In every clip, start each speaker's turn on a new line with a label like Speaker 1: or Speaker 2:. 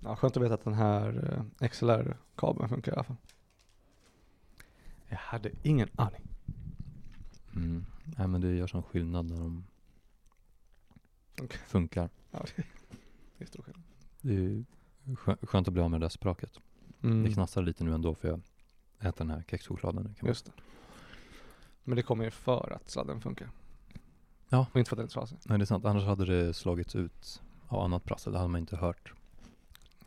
Speaker 1: Ja, skönt att veta att den här eh, XLR-kabeln funkar i alla fall. Jag hade ingen aning.
Speaker 2: Mm. Nej men det gör sån skillnad när de
Speaker 1: Okej.
Speaker 2: funkar.
Speaker 1: Ja, det det är stor skillnad.
Speaker 2: Det är ju skö- skönt att bli av med det där språket. Det
Speaker 1: Mm,
Speaker 2: knastrar lite nu ändå för jag äter den här kexchokladen. nu, Kan man.
Speaker 1: just det. Men det kommer ju för att sladden funkar.
Speaker 2: Ja.
Speaker 1: Och inte för att den är trasig.
Speaker 2: Nej det är sant, annars hade det slagits ut av annat prassel. Det hade man inte hört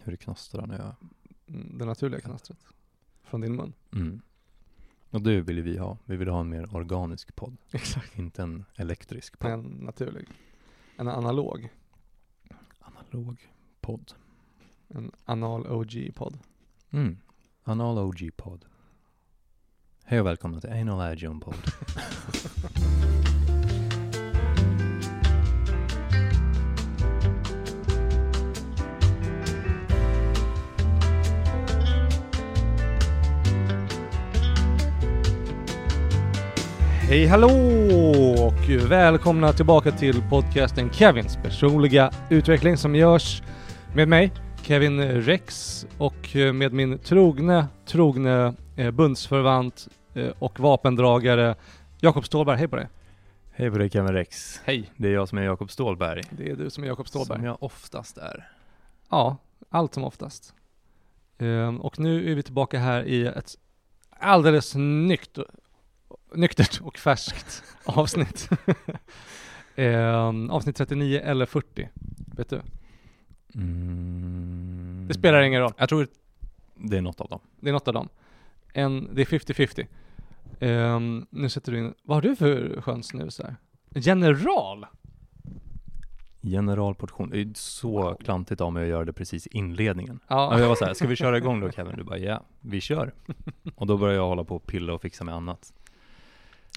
Speaker 2: hur det knastrar när jag...
Speaker 1: Mm, Det naturliga knastret. Från din mun.
Speaker 2: Mm. Och det ville vi ha. Vi ville ha en mer organisk podd.
Speaker 1: Exakt.
Speaker 2: Inte en elektrisk podd.
Speaker 1: En naturlig. En analog.
Speaker 2: Analog podd.
Speaker 1: En anal OG-podd.
Speaker 2: Mm. Anal OG-podd. Hej och välkomna till Anal Agion-podd.
Speaker 1: Hej hallå och välkomna tillbaka till podcasten Kevins personliga utveckling som görs med mig Kevin Rex och eh, med min trogne, trogne eh, bundsförvant eh, och vapendragare Jakob Ståhlberg. Hej på dig!
Speaker 2: Hej på dig Kevin Rex.
Speaker 1: Hej!
Speaker 2: Det är jag som är Jakob Stålberg.
Speaker 1: Det är du som är Jakob Ståhlberg.
Speaker 2: Som jag oftast är.
Speaker 1: Ja, allt som oftast. Ehm, och nu är vi tillbaka här i ett alldeles nykt, nyktert och färskt avsnitt. Ehm, avsnitt 39 eller 40, vet du?
Speaker 2: Mm.
Speaker 1: Det spelar ingen roll,
Speaker 2: Jag tror det är något av dem.
Speaker 1: det är något av dem. En, det är 50-50. Ehm, nu sätter du in, vad har du för skön snus här? General?
Speaker 2: Generalportion. Det är ju så
Speaker 1: Wow.
Speaker 2: klantigt av mig att göra det precis i inledningen.
Speaker 1: Ja,
Speaker 2: Ja. Jag var så här, ska vi köra igång då Kevin? Du bara, ja, vi kör. Och då började jag hålla på och pilla och fixa med annat.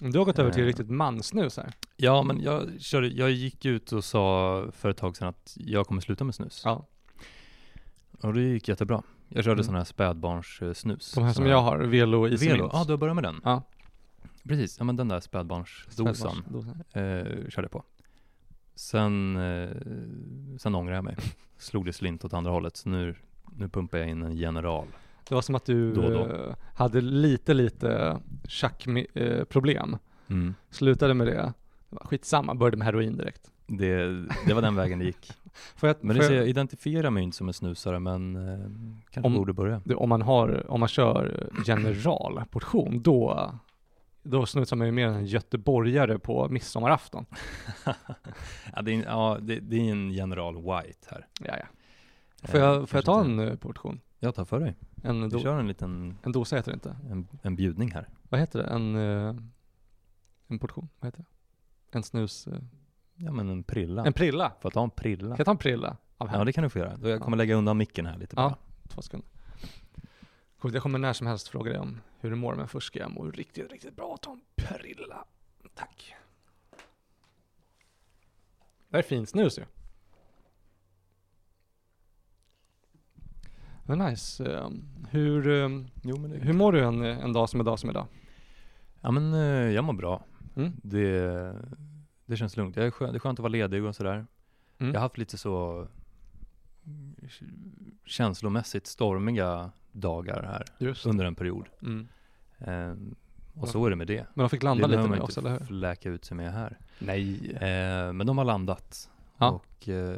Speaker 1: du har gått över till
Speaker 2: Eh.
Speaker 1: riktigt mansnus här.
Speaker 2: Ja, men jag, körde, jag gick ut och sa för ett tag sedan att jag kommer sluta med snus.
Speaker 1: Ja.
Speaker 2: Och det gick jättebra. Jag körde
Speaker 1: Mm.
Speaker 2: sån här spädbarnssnus.
Speaker 1: De här som
Speaker 2: Sån
Speaker 1: jag har, Velo och
Speaker 2: Velo,
Speaker 1: Isomint.
Speaker 2: ja du har börjat med den?
Speaker 1: Ja.
Speaker 2: Precis, ja men den där spädbarnsdosan
Speaker 1: Dosan.
Speaker 2: eh, körde jag på. Sen, eh, sen ångrade jag mig. Slog det slint åt andra hållet, så nu, nu pumpar jag in en general.
Speaker 1: Det var som att du
Speaker 2: Då och då.
Speaker 1: eh, hade lite, lite tjackproblem.
Speaker 2: Mm.
Speaker 1: Slutade med det. Det var Skitsamma, började med heroin direkt.
Speaker 2: Det, det var den vägen det gick.
Speaker 1: För att,
Speaker 2: Men
Speaker 1: för
Speaker 2: det, jag identifierar mig inte som en snusare, men eh, kanske
Speaker 1: Om-
Speaker 2: borde börja.
Speaker 1: du, om, man har, om man kör generalportion, då, då snusar man ju mer än en göteborgare på midsommarafton.
Speaker 2: ja, det, är, en- ja, det, det är en general white här.
Speaker 1: Ja, ja.
Speaker 2: Eh,
Speaker 1: Får, jag, får
Speaker 2: kanske
Speaker 1: jag ta
Speaker 2: inte-
Speaker 1: en eh, portion?
Speaker 2: Jag tar för dig.
Speaker 1: En,
Speaker 2: Vi
Speaker 1: do,
Speaker 2: kör en liten,
Speaker 1: en dosa heter det inte.
Speaker 2: en, en bjudning här.
Speaker 1: Vad heter det? En, eh, en portion? Vad heter det? En snus... eh,
Speaker 2: Ja men en prilla.
Speaker 1: En prilla!
Speaker 2: Får jag ta en prilla?
Speaker 1: Kan jag ta en prilla? Av här?
Speaker 2: Ja det kan du få göra. Då Jag
Speaker 1: Ja.
Speaker 2: kommer lägga undan micken här lite
Speaker 1: Ja.
Speaker 2: bara.
Speaker 1: Två sekunder. Coolt, jag kommer när som helst fråga dig om hur du mår, men först ska jag må riktigt, riktigt bra. Ta en perilla. Tack. Det här är fint snus ju. Men nice. Ehm, Hur, ehm,
Speaker 2: Jo men
Speaker 1: hur mår du en, en dag som idag som idag?
Speaker 2: Ja men eh, jag mår bra.
Speaker 1: Mm.
Speaker 2: Det, det känns lugnt. Jag är skön, det är skönt att vara ledig och sådär.
Speaker 1: Mm.
Speaker 2: Jag har haft lite så mm, k- känslomässigt stormiga dagar här
Speaker 1: Just.
Speaker 2: under en period.
Speaker 1: Mm.
Speaker 2: Ehm,
Speaker 1: Ja.
Speaker 2: och så är det med det.
Speaker 1: Men de fick
Speaker 2: Det
Speaker 1: landa lite
Speaker 2: behöver man
Speaker 1: med oss,
Speaker 2: inte
Speaker 1: eller hur?
Speaker 2: fläka ut sig med här.
Speaker 1: Nej.
Speaker 2: Eh, men de har landat.
Speaker 1: Ja.
Speaker 2: Och, eh,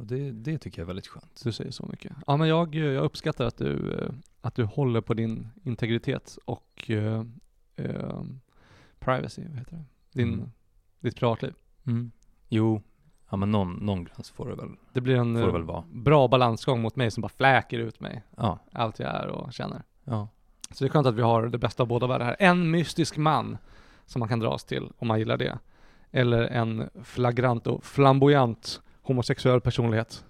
Speaker 2: och det, det tycker jag är väldigt skönt.
Speaker 1: Du säger så mycket. Ja, men jag, jag uppskattar att du, eh, att du håller på din integritet och eh, eh, privacy, vad heter det? Din,
Speaker 2: Mm.
Speaker 1: Ditt privatliv.
Speaker 2: Jo, ja, men någon, någon gräns får det väl,
Speaker 1: Det blir en
Speaker 2: får det
Speaker 1: eh,
Speaker 2: väl vara.
Speaker 1: bra balansgång mot mig som bara fläker ut mig,
Speaker 2: Ja,
Speaker 1: allt jag är och känner.
Speaker 2: ja.
Speaker 1: Så det är skönt att vi har det bästa av båda världar här. En mystisk man som man kan dras till om man gillar det. Eller en flagrant och flamboyant homosexuell personlighet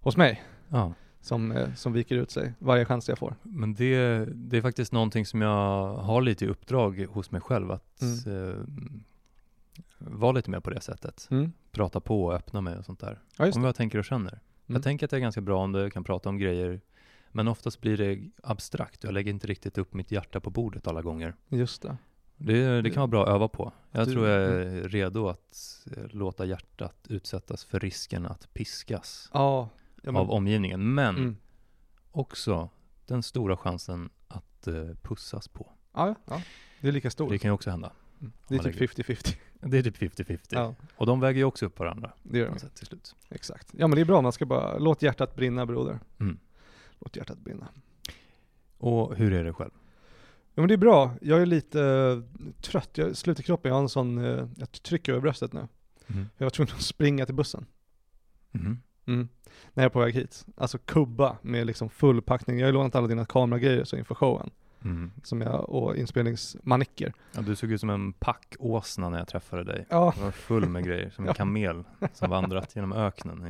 Speaker 1: hos mig
Speaker 2: ja.
Speaker 1: som, eh, som viker ut sig varje chans jag får.
Speaker 2: Men det, det är faktiskt någonting som jag har lite i uppdrag hos mig själv att
Speaker 1: Mm.
Speaker 2: eh, vara lite mer på det sättet.
Speaker 1: Mm.
Speaker 2: Prata på och öppna mig och sånt där.
Speaker 1: Ja, just
Speaker 2: om vad jag tänker och känner.
Speaker 1: Mm.
Speaker 2: Jag tänker att jag är ganska bra om det, jag kan prata om grejer. Men oftast blir det abstrakt. Jag lägger inte riktigt upp mitt hjärta på bordet alla gånger.
Speaker 1: Just det.
Speaker 2: Det, det kan vara bra att öva på. Jag
Speaker 1: Du- mm.
Speaker 2: tror jag är redo att eh, låta hjärtat utsättas för risken att piskas
Speaker 1: Ja, Ja, men-
Speaker 2: av omgivningen. Men
Speaker 1: Mm.
Speaker 2: också den stora chansen att eh, pussas på.
Speaker 1: Ja, ja, ja. Det är lika stort.
Speaker 2: Det kan ju också hända.
Speaker 1: Mm. Det är typ 50-50.
Speaker 2: Det är typ 50-50.
Speaker 1: Ja,
Speaker 2: Och de väger ju också upp varandra
Speaker 1: det gör
Speaker 2: på
Speaker 1: de.
Speaker 2: något sätt till slut.
Speaker 1: Exakt. Ja men det är bra, man ska bara, låt hjärtat brinna broder.
Speaker 2: Mm.
Speaker 1: Låt hjärtat brinna.
Speaker 2: Och hur är det själv?
Speaker 1: Ja men det är bra, jag är lite eh, trött, jag sluter kroppen, jag har en sån, eh, jag trycker över bröstet nu.
Speaker 2: Mhm.
Speaker 1: Jag var tvungen att springa till bussen.
Speaker 2: Mhm.
Speaker 1: Mm. När jag är på väg hit. Alltså kubba med liksom full packning. Jag har ju lånat alla dina kameragrejer så inför showen.
Speaker 2: Mhm.
Speaker 1: Som jag, och inspelningsmanicker.
Speaker 2: Ja, du såg ut som en packåsna när jag träffade dig.
Speaker 1: Ja,
Speaker 2: Du var full med grejer, som
Speaker 1: Ja.
Speaker 2: en kamel som vandrat genom öknen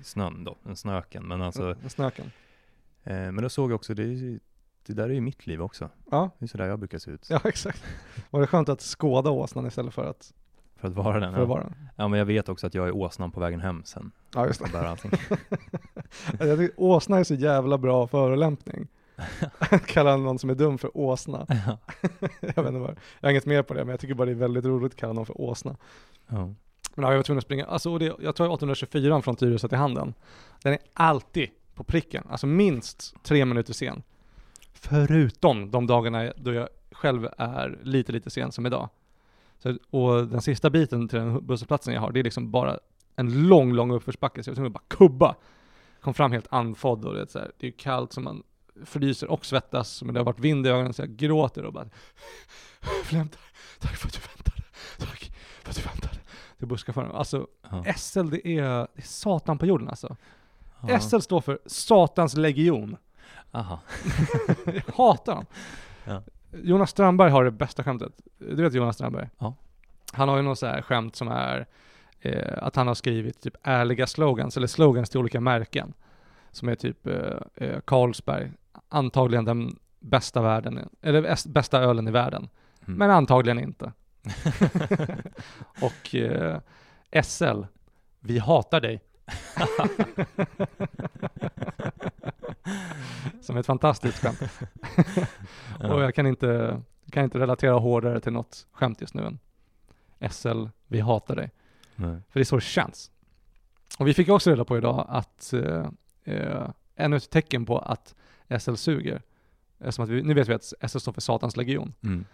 Speaker 2: i snön då, en snöken. Men alltså, eh,
Speaker 1: alltså, snöken.
Speaker 2: men då såg jag också, det, är ju- det där är ju mitt liv också.
Speaker 1: Ja,
Speaker 2: Det är sådär jag brukar se ut.
Speaker 1: ja exakt. Var det skönt att skåda åsnan istället för att,
Speaker 2: För att vara den.
Speaker 1: för
Speaker 2: ja.
Speaker 1: att vara den?
Speaker 2: ja, men jag vet också att jag är åsnan på vägen hem sen.
Speaker 1: Ja just det.
Speaker 2: Och bär allting.
Speaker 1: Alltså, jag tycker åsna är så jävla bra förolämpning. Att kalla någon som är dum för åsna.
Speaker 2: ja.
Speaker 1: Jag vet inte vad. Jag har inget mer på det, men jag tycker bara det är väldigt roligt att kalla någon för åsna.
Speaker 2: Ja.
Speaker 1: Men ja, jag var tvungen att springa. Alltså, och det, jag tar 824 från Tyresö till handen. Den är alltid på pricken, alltså minst tre minuter sen. Förutom de dagarna då jag själv är lite, lite sen som idag. Så, och den sista biten till den busshållplatsen jag har, det är liksom bara en lång, lång uppförsbacke, så jag var tvungen att bara kubba. Kom fram helt andfådd och det är, så här, det är ju kallt så man fryser och svettas, men det har varit vind i ögonen så jag gråter och bara flämtar. Tack för att du väntade. Tack för att du väntade. Till busschauffören. Alltså
Speaker 2: Ja.
Speaker 1: SL det är, det är satan på jorden alltså.
Speaker 2: Ja.
Speaker 1: SL står för Satans legion.
Speaker 2: Aha.
Speaker 1: Jag hatar dem.
Speaker 2: Ja.
Speaker 1: Jonas Strandberg har det bästa skämtet. Du vet Jonas Strandberg?
Speaker 2: Ja.
Speaker 1: Han har ju något så här skämt som är eh, att han har skrivit typ ärliga slogans, eller slogans till olika märken. Som är typ eh, eh, Carlsberg, antagligen den bästa världen, eller bäst- bästa ölen i världen.
Speaker 2: Mm.
Speaker 1: Men antagligen inte. Och eh, SL, vi hatar dig. Som ett fantastiskt skämt. Och jag kan inte, kan inte relatera hårdare till något skämt just nu än SL, vi hatar dig.
Speaker 2: Nej.
Speaker 1: För det är så det känns. Och vi fick också reda på idag att eh, eh, ännu ett tecken på att SL suger. Eftersom att vi, nu vet vi att SL står för Satans legion.
Speaker 2: Mm.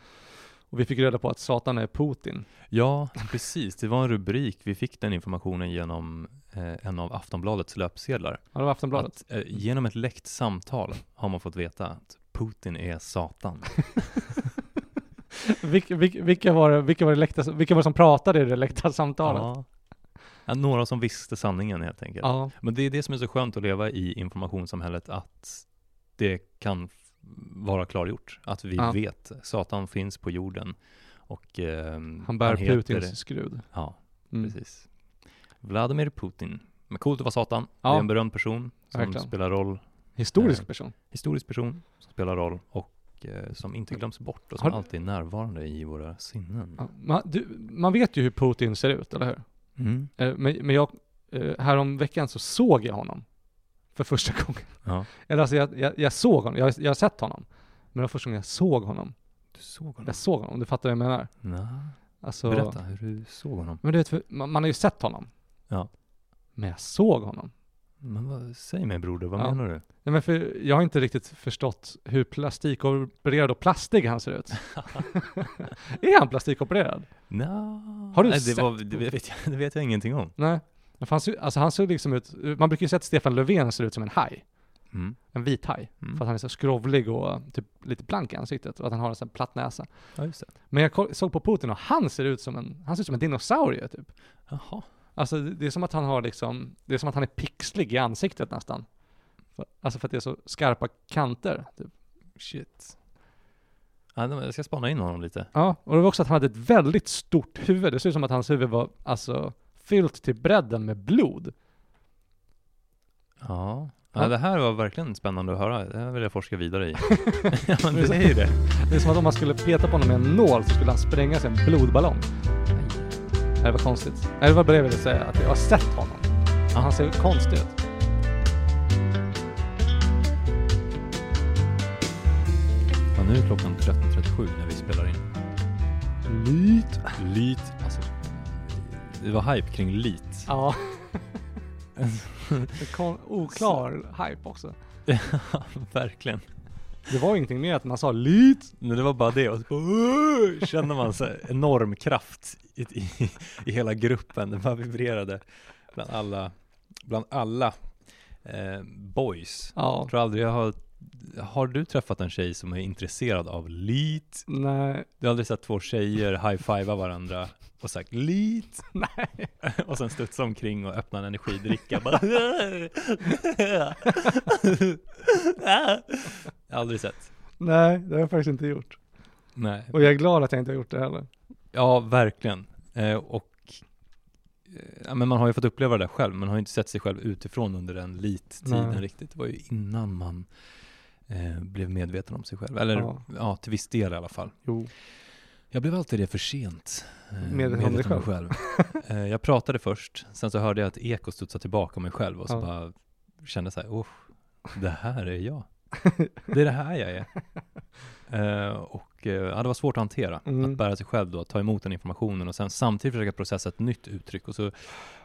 Speaker 1: Och vi fick reda på att Satan är Putin.
Speaker 2: Ja, precis. Det var en rubrik. Vi fick den informationen genom eh, en av Aftonbladets löpsedlar.
Speaker 1: Ja, det var Aftonbladet.
Speaker 2: Att, eh, genom ett läckt samtal har man fått veta att Putin är Satan.
Speaker 1: Vilka, vilka, vilka, var det, vilka, var det läckta, vilka var det som pratade i det läckta samtalet?
Speaker 2: Ja. Ja, några som visste sanningen helt enkelt.
Speaker 1: Ja,
Speaker 2: Men det är det som är så skönt att leva i informationssamhället, att det kan f- vara klargjort. Att vi
Speaker 1: Ja.
Speaker 2: vet, Satan finns på jorden och ehm,
Speaker 1: han bär
Speaker 2: heter-
Speaker 1: Putins skrud.
Speaker 2: Ja,
Speaker 1: Mm.
Speaker 2: precis. Vladimir Putin. Men coolt att vara Satan. Det
Speaker 1: Ja.
Speaker 2: är en berömd person som
Speaker 1: Verkligen.
Speaker 2: spelar roll,
Speaker 1: Historisk
Speaker 2: Eh,
Speaker 1: person.
Speaker 2: historisk person som spelar roll och eh, som inte glöms bort
Speaker 1: Har
Speaker 2: och som
Speaker 1: du-
Speaker 2: alltid är närvarande i våra sinnen.
Speaker 1: Ja, man, du, man vet ju hur Putin ser ut, eller hur?
Speaker 2: Mm.
Speaker 1: Eh, Men, men jag, eh, härom veckan så såg jag honom för första gången.
Speaker 2: Ja.
Speaker 1: Eller alltså jag, jag, jag såg honom, jag, jag har sett honom. Men det var första gången jag såg honom.
Speaker 2: Du såg honom?
Speaker 1: Jag såg honom, du fattar vad jag menar.
Speaker 2: Nå,
Speaker 1: Alltså,
Speaker 2: Berätta hur du såg honom.
Speaker 1: Men du vet, för- man, man har ju sett honom.
Speaker 2: Ja.
Speaker 1: Men jag såg honom.
Speaker 2: Men vad, säg mig broder, vad
Speaker 1: Ja.
Speaker 2: menar du?
Speaker 1: Nej, men för jag har inte riktigt förstått hur plastikopererad och plastig han ser ut. är han plastikopererad?
Speaker 2: Nå.
Speaker 1: Har du
Speaker 2: Nej,
Speaker 1: sett
Speaker 2: det, var, det, vet jag, det vet jag ingenting om.
Speaker 1: Nej. Men för Han ser, alltså han ser liksom ut, man brukar ju säga att Stefan Löfven ser ut som en haj,
Speaker 2: Mm.
Speaker 1: en vit haj.
Speaker 2: Mm.
Speaker 1: För att han är så skrovlig och typ lite blank i ansiktet och att han har en sån här platt näsa.
Speaker 2: Ja, just det.
Speaker 1: Men jag koll- såg på Putin och han ser ut som en, han ser ut som en dinosaurie typ.
Speaker 2: Jaha.
Speaker 1: Alltså det det är som att han har liksom, det är som att han är pixlig i ansiktet nästan. För, alltså för att det är så skarpa kanter. Typ.
Speaker 2: Shit. Ja, nej, men jag ska spana in honom lite.
Speaker 1: Ja, och det var också att han hade ett väldigt stort huvud. Det ser ut som att hans huvud var alltså fyllt till bredden med blod.
Speaker 2: Ja. Ja,
Speaker 1: Ja.
Speaker 2: det här var verkligen spännande att höra. Det här vill jag forska vidare i. ja, men det är ju det.
Speaker 1: Det är som att om man skulle peta på honom med en nål så skulle han spränga sig en blodballong. Nej, Det var konstigt. Nej, det var bara det jag ville säga, att jag har sett honom. Ja, han ser konstig ut.
Speaker 2: Ja, nu är klockan 13.37 när vi spelar in. Lit. Lit. Alltså, det var hype kring lit.
Speaker 1: Ja, Kon- oklar hype också.
Speaker 2: Verkligen.
Speaker 1: Det var ingenting mer att man sa lite.
Speaker 2: Men det var bara det och så bara, känner man så här enorm kraft i, i, i hela gruppen. Det bara vibrerade bland alla, bland alla eh, boys.
Speaker 1: Ja.
Speaker 2: Jag tror aldrig jag har, har du träffat en tjej som är intresserad av lit?
Speaker 1: Nej.
Speaker 2: Du har aldrig sett två tjejer high-fivea varandra och sagt lit? Nej. Och sen studsa omkring och öppna en energidricka bara. aldrig sett.
Speaker 1: Nej, det har jag faktiskt inte gjort.
Speaker 2: Nej.
Speaker 1: Och jag är glad att jag inte har gjort det heller.
Speaker 2: Ja, verkligen. Eh, och eh, ja, men man har ju fått uppleva det där själv, men har ju inte sett sig själv utifrån under den lit-tiden
Speaker 1: Nej.
Speaker 2: riktigt. Det var ju innan man eh, blev medveten om sig själv. Eller ja.
Speaker 1: Ja.
Speaker 2: till viss del i alla fall.
Speaker 1: Jo.
Speaker 2: Jag blev alltid det för sent. eh,
Speaker 1: Medveten om dig
Speaker 2: mig eh, jag pratade först, sen så hörde jag ett eko studsade tillbaka om mig själv och så
Speaker 1: Ja.
Speaker 2: bara kände så här, oh, det här är jag. Det är det här jag är. Eh, och eh, ja, det var svårt att hantera,
Speaker 1: Mm.
Speaker 2: att bära sig själv då, att ta emot den informationen och sen samtidigt försöka processa ett nytt uttryck och så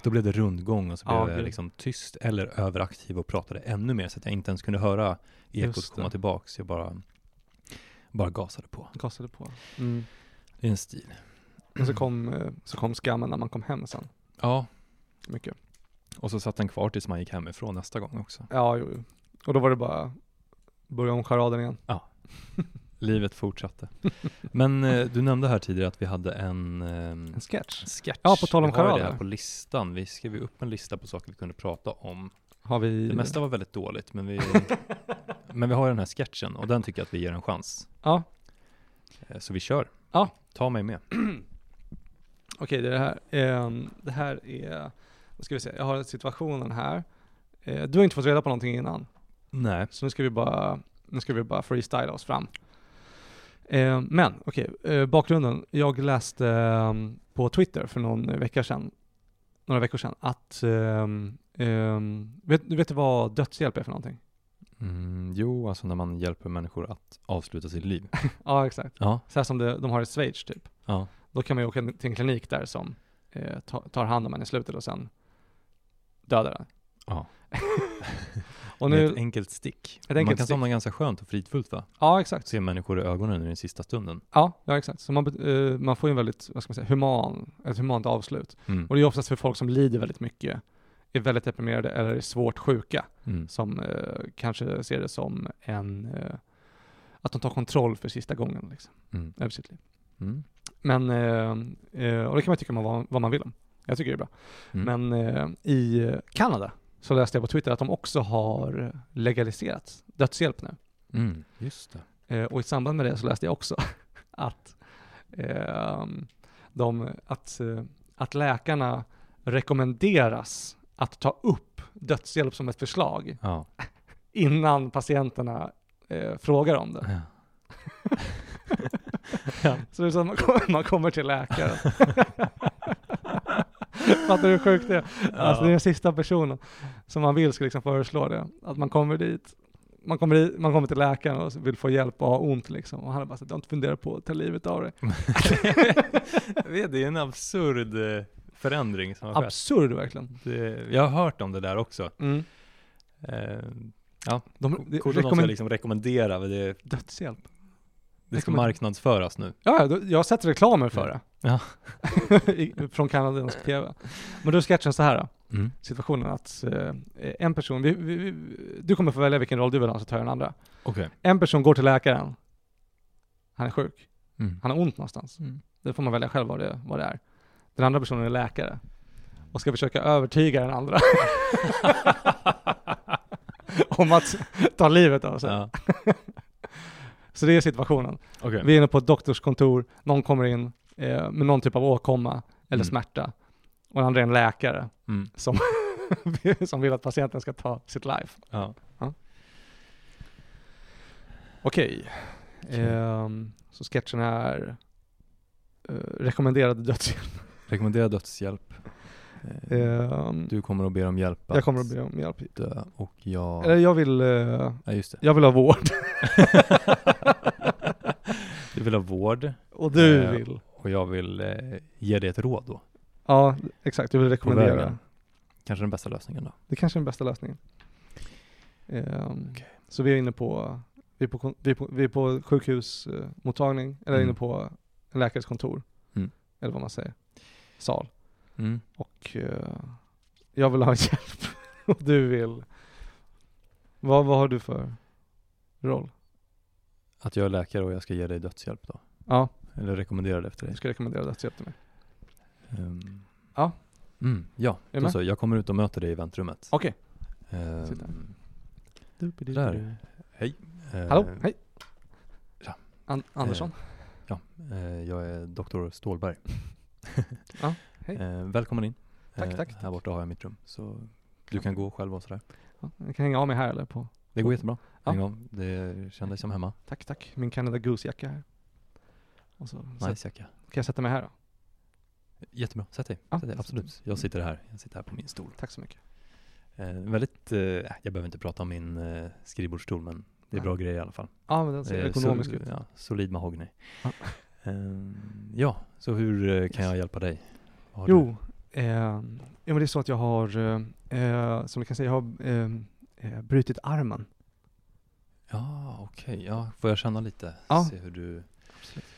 Speaker 2: då blev det rundgång och så blev
Speaker 1: Ja,
Speaker 2: jag
Speaker 1: gud.
Speaker 2: liksom tyst eller överaktiv och pratade ännu mer så att jag inte ens kunde höra ekot
Speaker 1: Just det.
Speaker 2: komma tillbaks. Jag bara, bara gasade på.
Speaker 1: Kastade på.
Speaker 2: Det är en stil.
Speaker 1: Och så kom, eh, så kom skammen när man kom hem sen.
Speaker 2: Ja,
Speaker 1: Mycket.
Speaker 2: och så satt den kvar tills man gick hemifrån nästa gång också.
Speaker 1: Ja, jo, jo. Och då var det bara börja om charaden igen.
Speaker 2: Livet fortsatte. Men eh, du nämnde här tidigare att vi hade en eh,
Speaker 1: En sketch.
Speaker 2: sketch.
Speaker 1: Ja, på tal om
Speaker 2: Vi har ju det
Speaker 1: charader.
Speaker 2: här på listan. Vi skrev ju upp en lista på saker vi kunde prata om.
Speaker 1: Har vi...
Speaker 2: Det mesta var väldigt dåligt, men vi, men vi har ju den här sketchen och den tycker jag att vi ger en chans.
Speaker 1: Ja.
Speaker 2: Eh, Så vi kör.
Speaker 1: Ja.
Speaker 2: Ta mig med.
Speaker 1: Okej, det är det här. Ehm, det här är... Vad ska vi se? Jag har situationen här. Eh, du har inte fått reda på någonting innan.
Speaker 2: Nej.
Speaker 1: Så nu ska vi bara, nu ska vi bara freestyla oss fram. Eh, men okej, eh, bakgrunden. Jag läste eh, på Twitter för någon vecka sedan, några veckor sedan att, ehm, ehm, vet, vet du vad dödshjälp är för någonting?
Speaker 2: Mm, jo, alltså när man hjälper människor att avsluta sitt liv.
Speaker 1: Ja, exakt.
Speaker 2: Ja.
Speaker 1: Så här som det, de har i Schweiz typ.
Speaker 2: Ja.
Speaker 1: Då kan man ju åka till en klinik där som eh, ta, tar hand om en i slutet och sen dödar den.
Speaker 2: Ja.
Speaker 1: och
Speaker 2: med ett
Speaker 1: nu,
Speaker 2: enkelt stick.
Speaker 1: Ett enkelt
Speaker 2: man kan
Speaker 1: stick.
Speaker 2: somna ganska skönt och fridfullt va?
Speaker 1: ja exakt.
Speaker 2: Se människor i ögonen i den sista stunden.
Speaker 1: Ja, ja exakt. Så man, be- eh, man får ju en väldigt, vad ska man säga, human, ett humant avslut.
Speaker 2: Mm.
Speaker 1: Och det är oftast för folk som lider väldigt mycket, är väldigt deprimerade eller är svårt sjuka,
Speaker 2: Mm.
Speaker 1: som eh, kanske ser det som en, eh, att de tar kontroll för sista gången liksom,
Speaker 2: Mm.
Speaker 1: över sitt liv.
Speaker 2: Mm.
Speaker 1: Men, eh, eh, och det kan man tycka man, vad, vad man vill om. Jag tycker det är bra.
Speaker 2: Mm.
Speaker 1: Men eh, i eh, Kanada så läste jag på Twitter att de också har legaliserat dödshjälp nu.
Speaker 2: Mm. Just det.
Speaker 1: Eh, och i samband med det så läste jag också att, ehm, de, att, eh, att läkarna rekommenderas att ta upp dödshjälp som ett förslag
Speaker 2: Ja.
Speaker 1: innan patienterna eh, frågar om det. Så det är så att man, kommer- man kommer till läkaren. Fattar du hur sjukt det är? Alltså det är den sista personen som man vill ska liksom föreslå det. Att man kommer dit, man kommer, dit, man kommer till läkaren och vill få hjälp och ha ont liksom. Och han har bara sagt, du har inte funderat på att ta livet av dig.
Speaker 2: Jag vet, det är en absurd eh, förändring som har skett.
Speaker 1: Absurd verkligen.
Speaker 2: Det- Jag har hört om det där också.
Speaker 1: Mm.
Speaker 2: Eh,
Speaker 1: De, det,
Speaker 2: Kolla rekommend- ska
Speaker 1: rekommend-
Speaker 2: liksom rekommendera, men det,
Speaker 1: Dödshjälp.
Speaker 2: det ska
Speaker 1: Rekommend-
Speaker 2: marknadsföras nu.
Speaker 1: Ja, ja, då- jag har sett reklamer för det.
Speaker 2: Ja.
Speaker 1: I- Från kanadensk TV. Men då är sketchen så här då.
Speaker 2: Mm.
Speaker 1: Situationen att eh, en person, vi, vi, vi, du kommer få välja vilken roll du vill ha så tar jag den andra.
Speaker 2: Okej.
Speaker 1: En person går till läkaren. Han är sjuk.
Speaker 2: Mm.
Speaker 1: Han har ont någonstans.
Speaker 2: Mm.
Speaker 1: Det får man välja själv vad det, vad det är. Den andra personen är läkare. Och ska försöka övertyga den andra om att ta livet av sig.
Speaker 2: Ja.
Speaker 1: Så det är situationen.
Speaker 2: Okej.
Speaker 1: Alltså- Vi är inne på ett doktorskontor, någon kommer in eh, med någon typ av åkomma eller
Speaker 2: Mm.
Speaker 1: smärta. Och den andra är en läkare
Speaker 2: Mm.
Speaker 1: som, som vill att patienten ska ta sitt life.
Speaker 2: Ja.
Speaker 1: Okej.
Speaker 2: Okej.
Speaker 1: Ehm, så sketchen är eh, rekommenderad dödshjälp.
Speaker 2: Rekommendera dödshjälp. Eh,
Speaker 1: Ehm,
Speaker 2: Du kommer att be om hjälp att
Speaker 1: jag kommer att be om hjälp.
Speaker 2: dö och jag...
Speaker 1: Eller jag vill, eh,
Speaker 2: Ja, just det.
Speaker 1: jag vill ha vård.
Speaker 2: Du vill ha vård
Speaker 1: Och du
Speaker 2: Eh,
Speaker 1: vill.
Speaker 2: och jag vill eh, ge dig ett råd då.
Speaker 1: Ja, exakt. Du vill rekommendera.
Speaker 2: vägen. Kanske den bästa lösningen då.
Speaker 1: Det kanske är den bästa lösningen. Ehm, Så vi är inne på, vi är på, kon- vi är på, vi är på sjukhusmottagning, eller
Speaker 2: Mm.
Speaker 1: inne på en läkares kontor.
Speaker 2: Mm.
Speaker 1: Eller vad man säger. Sal.
Speaker 2: Mm.
Speaker 1: Och eh, jag vill ha hjälp. Och du vill... Vad, vad har du för roll?
Speaker 2: Att jag är läkare och jag ska ge dig dödshjälp då.
Speaker 1: Ja,
Speaker 2: Eller rekommendera det efter dig.
Speaker 1: jag ska rekommendera dödshjälp till mig.
Speaker 2: Ehm.
Speaker 1: Ja.
Speaker 2: Mm, ja,
Speaker 1: du
Speaker 2: då
Speaker 1: med?
Speaker 2: så. Jag kommer ut och möter dig i väntrummet.
Speaker 1: Okej.
Speaker 2: Ehm,
Speaker 1: Sitta.
Speaker 2: Där. Hej. Eh,
Speaker 1: Hallå, hej.
Speaker 2: tja.
Speaker 1: An- Andersson.
Speaker 2: Ja, eh, jag är doktor Stålberg.
Speaker 1: Ja, hej.
Speaker 2: Eh, välkommen in. Eh,
Speaker 1: Tack, tack,
Speaker 2: Här borta har jag mitt rum, så du kan gå själv och sådär.
Speaker 1: Ja, jag kan hänga av mig här eller på...
Speaker 2: Det går jättebra.
Speaker 1: Ja.
Speaker 2: Häng av. Det kändes som hemma.
Speaker 1: Tack, tack. Min Canada Goose-jacka här. Och så, så
Speaker 2: Nice jacka.
Speaker 1: kan jag sätta mig här då.
Speaker 2: Jättebra, sätt dig.
Speaker 1: Ja,
Speaker 2: Sätt dig.
Speaker 1: sätt
Speaker 2: Absolut. Jag sitter här. Jag sitter här på min stol.
Speaker 1: Tack så mycket.
Speaker 2: Eh, väldigt, eh, jag behöver inte prata om min eh, skrivbordsstol, men det är bra grejer i alla fall.
Speaker 1: Ja, men den ser
Speaker 2: Eh,
Speaker 1: Alltså, ekonomisk
Speaker 2: sol-
Speaker 1: ut.
Speaker 2: Ja, solid mahogny.
Speaker 1: Ja.
Speaker 2: Ehm, ja, så hur eh, kan
Speaker 1: Yes.
Speaker 2: jag hjälpa dig? Vad har
Speaker 1: Jo, eh, ja, men det är så att jag har, eh, eh, som ni kan säga, jag har eh, eh, brutit armen.
Speaker 2: Du? Ja, okej. Ja, får jag känna lite?
Speaker 1: Ja.
Speaker 2: Se hur du...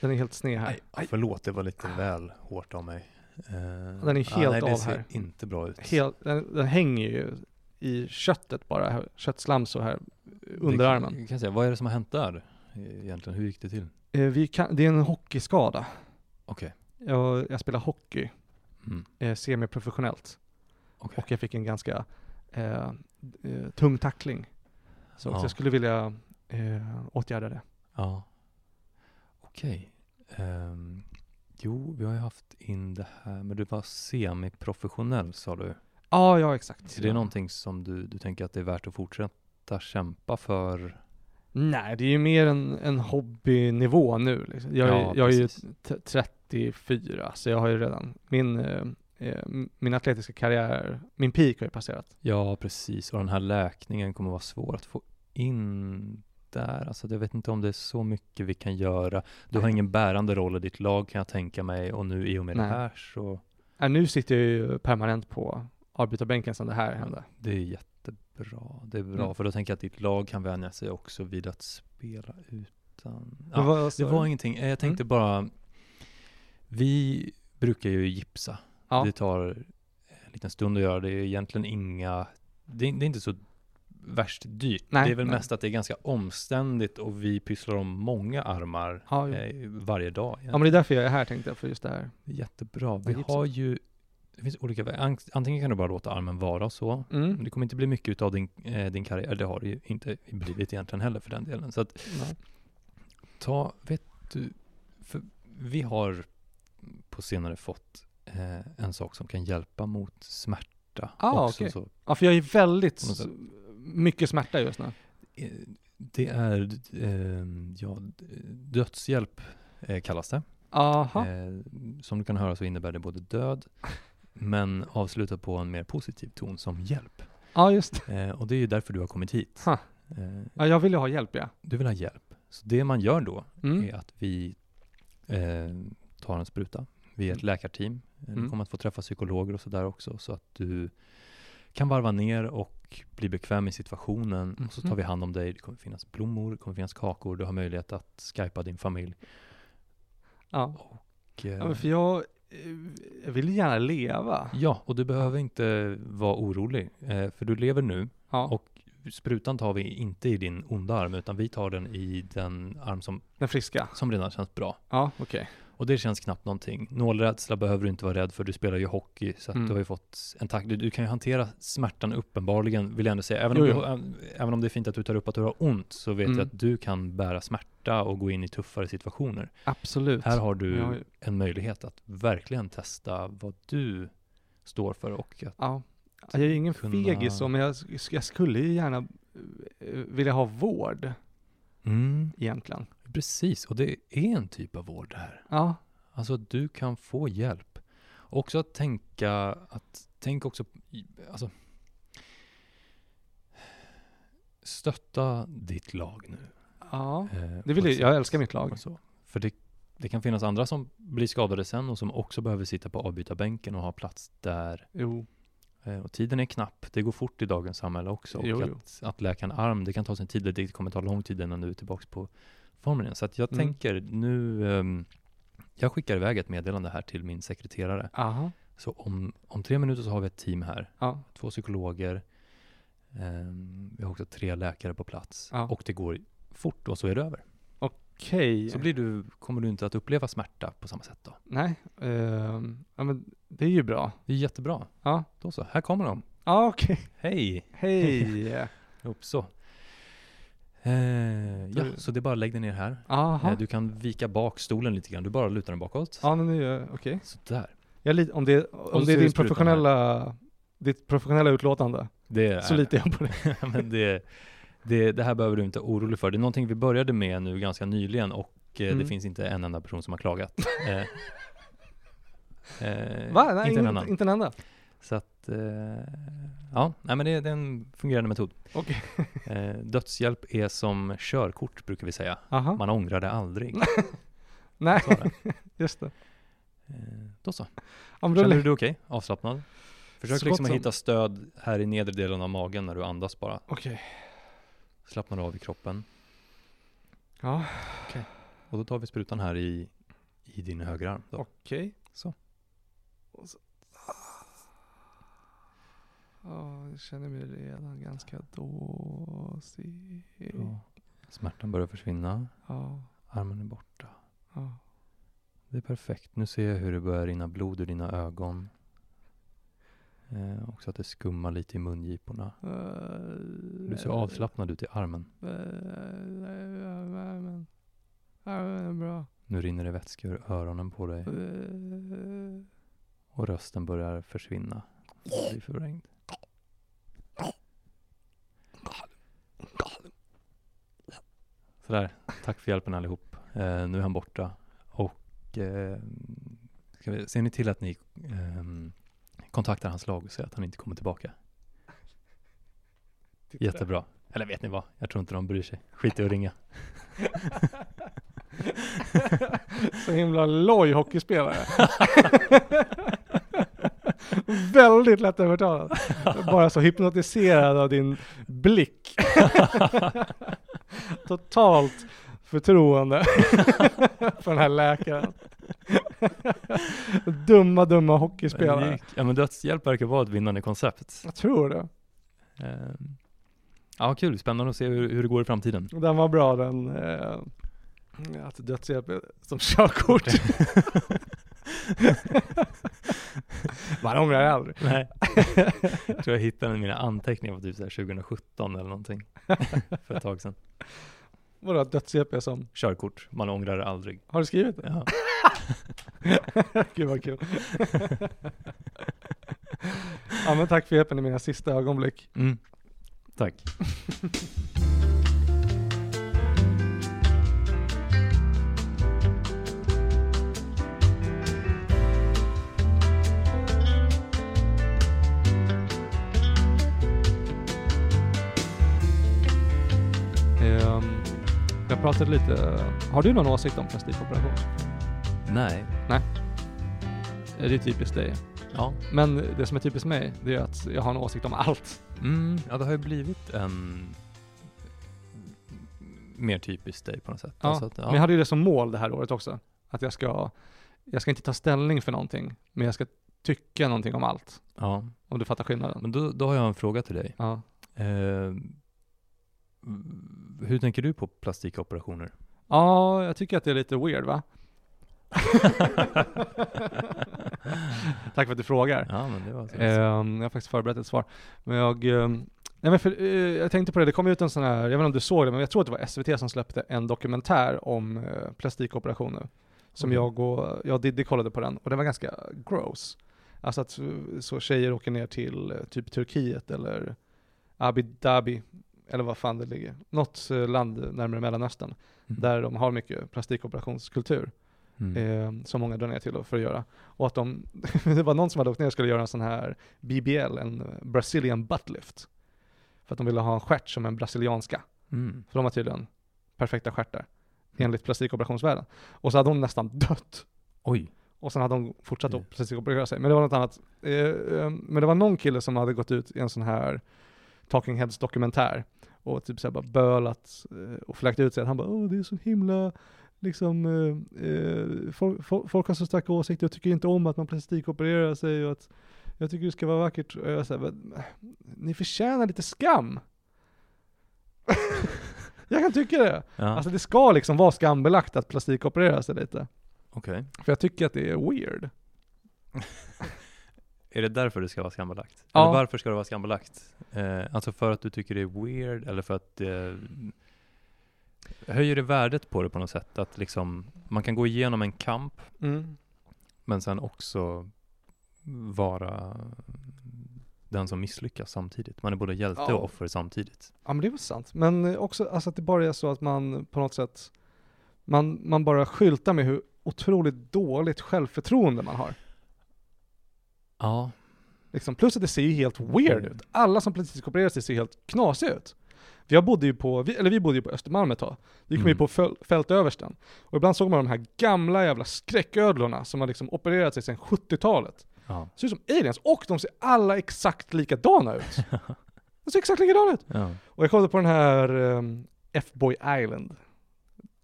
Speaker 1: Den är helt sned här.
Speaker 2: Aj, Förlåt, det var lite väl hårt av mig. Eh,
Speaker 1: Den är helt
Speaker 2: nej, det
Speaker 1: av
Speaker 2: ser
Speaker 1: här.
Speaker 2: inte bra ut.
Speaker 1: Hel, den, den hänger ju i köttet bara, här, köttslam så här under
Speaker 2: Det-
Speaker 1: armen.
Speaker 2: Kan jag säga, vad är det som har hänt där eh, egentligen? Hur gick det till?
Speaker 1: Eh, vi kan, det är en hockeyskada.
Speaker 2: Okej.
Speaker 1: Jag, jag spelar hockey
Speaker 2: Mm.
Speaker 1: eh, semiprofessionellt
Speaker 2: Okej.
Speaker 1: och jag fick en ganska eh, eh, tung tackling. Så,
Speaker 2: Ja.
Speaker 1: så jag skulle vilja eh, åtgärda det.
Speaker 2: Ja. Okej. Ehm, jo, vi har ju haft in det här, men du var semiprofessionell sa du.
Speaker 1: Ja, ja exakt.
Speaker 2: Är det någonting som du, du tänker att det är värt att fortsätta kämpa för?
Speaker 1: Nej, det är ju mer en, en hobbynivå nu. Liksom. Jag, är-
Speaker 2: Ja,
Speaker 1: jag är ju
Speaker 2: precis.
Speaker 1: t- 34, så jag har ju redan min, eh, eh, min atletiska karriär, min peak har ju passerat.
Speaker 2: Ja, precis. Och den här läkningen kommer vara svår att få in där. Alltså, jag vet inte om det är så mycket vi kan göra. Du har
Speaker 1: Nej.
Speaker 2: ingen bärande roll i ditt lag kan jag tänka mig och nu i och med
Speaker 1: Nej.
Speaker 2: det här så
Speaker 1: Äh, nu sitter jag ju permanent på avbytarbänken sedan det här hände.
Speaker 2: det är jättebra. Det är bra,
Speaker 1: Mm.
Speaker 2: för då tänker jag att ditt lag kan vänja sig också vid att spela utan... Ja.
Speaker 1: Men vad Mm. sa
Speaker 2: Det
Speaker 1: du?
Speaker 2: var ingenting. Eh, Jag tänkte bara, vi brukar ju gipsa.
Speaker 1: Ja.
Speaker 2: Det tar en liten stund att göra. Det är egentligen inga, det är, det är inte så värst dyrt.
Speaker 1: Nej,
Speaker 2: det är väl
Speaker 1: nej.
Speaker 2: mest att det är ganska omständigt och vi pysslar om många armar
Speaker 1: ja, jo.
Speaker 2: eh, varje dag.
Speaker 1: Mm. ja, men det är därför jag är här tänkte jag, för just det här.
Speaker 2: Jättebra. Vi
Speaker 1: gipsen.
Speaker 2: har ju, det finns olika vägar. An- Antingen kan du bara låta armen vara så. Men
Speaker 1: Mm.
Speaker 2: det kommer inte bli mycket av din, eh, din karriär. Det har det ju inte blivit egentligen heller för den delen. Så att
Speaker 1: Nej.
Speaker 2: ta, vet du, för vi har på senare fått eh, en sak som kan hjälpa mot smärta.
Speaker 1: Ah,
Speaker 2: också,
Speaker 1: okej.
Speaker 2: så,
Speaker 1: Ja, för jag är väldigt
Speaker 2: På något sätt.
Speaker 1: mycket smärta just nu.
Speaker 2: eh, det är, eh, ja, d- dödshjälp eh, kallas det.
Speaker 1: Aha.
Speaker 2: Eh, som du kan höra så innebär det både död, men avslutat på en mer positiv ton som hjälp.
Speaker 1: Ja, just det.
Speaker 2: Eh, och det är ju därför du har kommit hit.
Speaker 1: Ha.
Speaker 2: Eh,
Speaker 1: Ja, jag vill ju ha hjälp ja.
Speaker 2: du vill ha hjälp. Så det man gör då
Speaker 1: Mm.
Speaker 2: är att vi eh, tar en spruta. Vi är ett läkarteam. Eh, Du
Speaker 1: Mm.
Speaker 2: kommer att få träffa psykologer och sådär också så att du kan varva ner och bli bekväm i situationen. Och så tar
Speaker 1: Mhm.
Speaker 2: vi hand om dig. Det kommer finnas blommor, det kommer finnas kakor. Du har möjlighet att skypa din familj.
Speaker 1: Ja.
Speaker 2: Och, eh,
Speaker 1: Ja, men för jag, eh, jag vill gärna leva.
Speaker 2: ja, och du behöver inte vara orolig eh, för du lever nu.
Speaker 1: Ja.
Speaker 2: Och Sprutan tar vi inte i din onda arm utan vi tar den i den arm som,
Speaker 1: Den friska?
Speaker 2: som redan känns bra.
Speaker 1: Ja, okej.
Speaker 2: Och det känns knappt någonting. Nålrädsla behöver du inte vara rädd för, du spelar ju hockey. Så att
Speaker 1: Mm.
Speaker 2: du har ju fått en tack. Du, du kan ju hantera smärtan uppenbarligen, vill jag ändå säga. Även, om,
Speaker 1: Jo,
Speaker 2: du, äm, även om det är fint att du tar upp att du har ont, så vet
Speaker 1: Mm.
Speaker 2: jag att du kan bära smärta och gå in i tuffare situationer.
Speaker 1: Absolut.
Speaker 2: Här har du
Speaker 1: Jag har ju-
Speaker 2: en möjlighet att verkligen testa vad du står för och att,
Speaker 1: Ja. Jag är ingen
Speaker 2: kunna-
Speaker 1: fegis så, men jag, sk- jag skulle ju gärna eh, vilja ha vård
Speaker 2: mm,
Speaker 1: egentligen.
Speaker 2: precis. Och det är en typ av vård det här.
Speaker 1: Ja,
Speaker 2: Alltså att du kan få hjälp. Och också att tänka att, tänk också, i- alltså stötta ditt lag nu.
Speaker 1: ja.
Speaker 2: eh,
Speaker 1: Det
Speaker 2: på
Speaker 1: vill jag,
Speaker 2: ett
Speaker 1: jag
Speaker 2: sätt
Speaker 1: älskar mitt lag.
Speaker 2: och Så. För det, det kan finnas andra som blir skadade sen och som också behöver sitta på avbytarbänken och ha plats där
Speaker 1: Jo.
Speaker 2: eh, Eh, Och tiden är knapp. Det går fort i dagens samhälle också. Och
Speaker 1: Jo,
Speaker 2: att,
Speaker 1: jo.
Speaker 2: att läka en arm, det kan ta sin tid. Det kommer ta lång tid innan du är tillbaka på formen igen. Så att jag
Speaker 1: Mm.
Speaker 2: tänker nu, ehm, jag skickar iväg ett meddelande här till min sekreterare.
Speaker 1: Aha.
Speaker 2: Så om, om tre minuter så har vi ett team här.
Speaker 1: Ja.
Speaker 2: Två psykologer. ehm, vi har också tre läkare på plats.
Speaker 1: Ja.
Speaker 2: Och det går fort och så är det över.
Speaker 1: Okej.
Speaker 2: Så blir du, kommer du inte att uppleva smärta på samma sätt då.
Speaker 1: Nej. ehm, ja, men det är ju bra.
Speaker 2: Det är jättebra.
Speaker 1: Ja.
Speaker 2: Då så, här kommer de.
Speaker 1: Ja, okej.
Speaker 2: Hej!
Speaker 1: Hej.
Speaker 2: Upp så. Eh, ja,
Speaker 1: Då-
Speaker 2: så det är bara lägg dig ner här.
Speaker 1: Aha.
Speaker 2: Eh, du kan vika bak stolen lite grann. Du bara lutar den bakåt.
Speaker 1: Ja, men det är okej.
Speaker 2: Sådär.
Speaker 1: Jag lit- om det, om
Speaker 2: så
Speaker 1: det
Speaker 2: ser
Speaker 1: är
Speaker 2: du
Speaker 1: din
Speaker 2: sprutan
Speaker 1: professionella, ditt professionella utlåtande,
Speaker 2: Det är,
Speaker 1: så litar jag på det.
Speaker 2: men det, det, det här behöver du inte vara orolig för. Det är någonting vi började med nu ganska nyligen och eh,
Speaker 1: Mm.
Speaker 2: det finns inte en enda person som har klagat. Eh, eh,
Speaker 1: Va? Nej,
Speaker 2: inte en
Speaker 1: inte,
Speaker 2: annan.
Speaker 1: inte en enda.
Speaker 2: Så att, eh, ja, nej, men det, det är en fungerande metod.
Speaker 1: Okej.
Speaker 2: Eh, dödshjälp är som körkort brukar vi säga.
Speaker 1: Aha.
Speaker 2: Man ångrar det aldrig.
Speaker 1: Nej,
Speaker 2: Så är det.
Speaker 1: just det.
Speaker 2: Eh, då så.
Speaker 1: Ja, men då
Speaker 2: Känner
Speaker 1: lä-
Speaker 2: du dig okej? Avslappnad? Försök
Speaker 1: Så gott
Speaker 2: liksom att
Speaker 1: som.
Speaker 2: hitta stöd här i nedre delen av magen när du andas bara.
Speaker 1: Okej.
Speaker 2: Slappnar av i kroppen.
Speaker 1: Ja.
Speaker 2: Och då tar vi sprutan här i, i din högra arm. Då.
Speaker 1: Okej.
Speaker 2: Så.
Speaker 1: Och så. Ah. Ja, jag känner mig redan ganska dåsig.
Speaker 2: Ja. Smärtan börjar försvinna.
Speaker 1: Ja.
Speaker 2: Armen är borta.
Speaker 1: ja.
Speaker 2: Det är perfekt. Nu ser jag hur det börjar rinna blod ur dina ögon. Eh, också att det skummar lite i mungiporna. Du ser avslappnad ut i armen.
Speaker 1: Värmen. Värmen är bra.
Speaker 2: Nu rinner det vätska ur öronen på dig och rösten börjar försvinna. Den blir förvrängd. Sådär, tack för hjälpen allihop. Eh, nu är han borta. Och eh, ska vi, ser ni till att ni ehm, kontaktar hans lag och säger att han inte kommer tillbaka? Jättebra. Eller vet ni vad? Jag tror inte de bryr sig. Skit i att ringa.
Speaker 1: Så himla loj hockeyspelare. Väldigt lättövertalad. Bara så hypnotiserad av din blick. Totalt förtroende för den här läkaren. dumma, dumma
Speaker 2: Det
Speaker 1: hockeyspelare.
Speaker 2: gick- Ja men dödshjälp verkar vara ett vinnande koncept.
Speaker 1: Jag tror det.
Speaker 2: Ehm, Ja, kul. Spännande att se hur, hur det går i framtiden.
Speaker 1: Den var bra den, eh, att dödshjälp är som körkort. Man ångrar det aldrig.
Speaker 2: Nej. jag tror jag hittade mina anteckningar på typ så här 2017 eller någonting. För ett tag sedan.
Speaker 1: Vadå att dödshjälp är som?
Speaker 2: Körkort, man ångrar det aldrig.
Speaker 1: Har du skrivit det?
Speaker 2: Ja.
Speaker 1: Gud vad kul. ja men tack för hjälpen i mina sista ögonblick.
Speaker 2: Mm. Tack.
Speaker 1: Ehm, jag pratade lite, har du någon åsikt om plastikoperation?
Speaker 2: Nej.
Speaker 1: Det är ju typiskt dig.
Speaker 2: Ja.
Speaker 1: Men det som är typiskt mig, det är att jag har en åsikt om allt.
Speaker 2: Mm, ja, det har ju blivit en mer typiskt dig på något sätt.
Speaker 1: Ja.
Speaker 2: Alltså att,
Speaker 1: Men jag hade ju det som mål det här året också. Att jag ska, jag ska inte ta ställning för någonting, men jag ska tycka någonting om allt.
Speaker 2: ja.
Speaker 1: Om du fattar skillnaden.
Speaker 2: Men då, då har jag en fråga till dig.
Speaker 1: Ja.
Speaker 2: Ehm, hur tänker du på plastikoperationer?
Speaker 1: Ja, jag tycker att det är lite weird va? Tack för att du frågar.
Speaker 2: Ja, men det var så. Eh,
Speaker 1: Ehm, jag har faktiskt förberett ett svar. Men jag, ehm, nej men för, eh, jag tänkte på det, det kom ut en sån här, jag vet inte om du såg det, men jag tror att det var SVT som släppte en dokumentär om eh, plastikoperationer. Som
Speaker 2: Oj.
Speaker 1: jag och jag och Diddy kollade på den och den var ganska gross. Alltså att eh, så tjejer åker ner till eh, typ Turkiet eller Abu Dhabi eller vad fan det ligger. Något eh, land närmare Mellanöstern
Speaker 2: Mm.
Speaker 1: där de har mycket plastikopérationskultur
Speaker 2: Mm.
Speaker 1: eh, som många drar ner till för att göra. Och att de, det var någon som hade åkt ner och skulle göra en sån här BBL, en Brazilian butt lift. För att de ville ha en stjärt som en brasilianska.
Speaker 2: Mm.
Speaker 1: För de har tydligen perfekta stjärtar enligt plastikoperationsvärlden. Och så hade hon nästan dött.
Speaker 2: Oj.
Speaker 1: Och sen hade de fortsatt
Speaker 2: Mm.
Speaker 1: att precis operera sig. Men det var något annat. Eh, eh, men det var någon kille som hade gått ut i en sån här Talking Heads dokumentär och typ såhär bara bölat eh, och fläkt ut sig. Han bara åh det är så himla liksom eh, eh, folk, folk, folk har så starka åsikter och tycker inte om att man plastikopererar sig och att jag tycker det ska vara vackert. Och jag säger ni förtjänar lite skam. jag kan tycka det.
Speaker 2: Ja,
Speaker 1: Alltså det ska liksom vara skambelagt att plastikoperera sig lite.
Speaker 2: okej.
Speaker 1: För jag tycker att det är weird.
Speaker 2: Är det därför det ska vara skambelagt?
Speaker 1: Ja.
Speaker 2: Eller varför ska det vara skambelagt? Eh, alltså för att du tycker det är weird eller för att det höjer det värdet på det på något sätt? Att liksom, man kan gå igenom en kamp
Speaker 1: Mm.
Speaker 2: men sen också vara den som misslyckas samtidigt. Man är både hjälte
Speaker 1: Ja.
Speaker 2: och offer samtidigt.
Speaker 1: Ja men det är väl sant. Men eh, också alltså, att det bara är så att man på något sätt, man, man bara skyltar med hur otroligt dåligt självförtroende man har.
Speaker 2: Ja,
Speaker 1: Liksom, plus att det ser ju helt weird ut. Alla som plastikopererar sig ser helt knasiga ut. För Jag bodde ju på, vi, eller vi bodde ju på Östermalm ett tag. Vi kom ju
Speaker 2: Mm.
Speaker 1: på föl, fältöversten. Och ibland såg man de här gamla jävla skräcködlorna som har liksom opererat sig sedan 70-talet.
Speaker 2: ja,
Speaker 1: Ser ut som aliens. Och de ser alla exakt likadana ut. De ser exakt likadana ut.
Speaker 2: ja.
Speaker 1: Och jag kollade på den här ehm, F-Boy Island.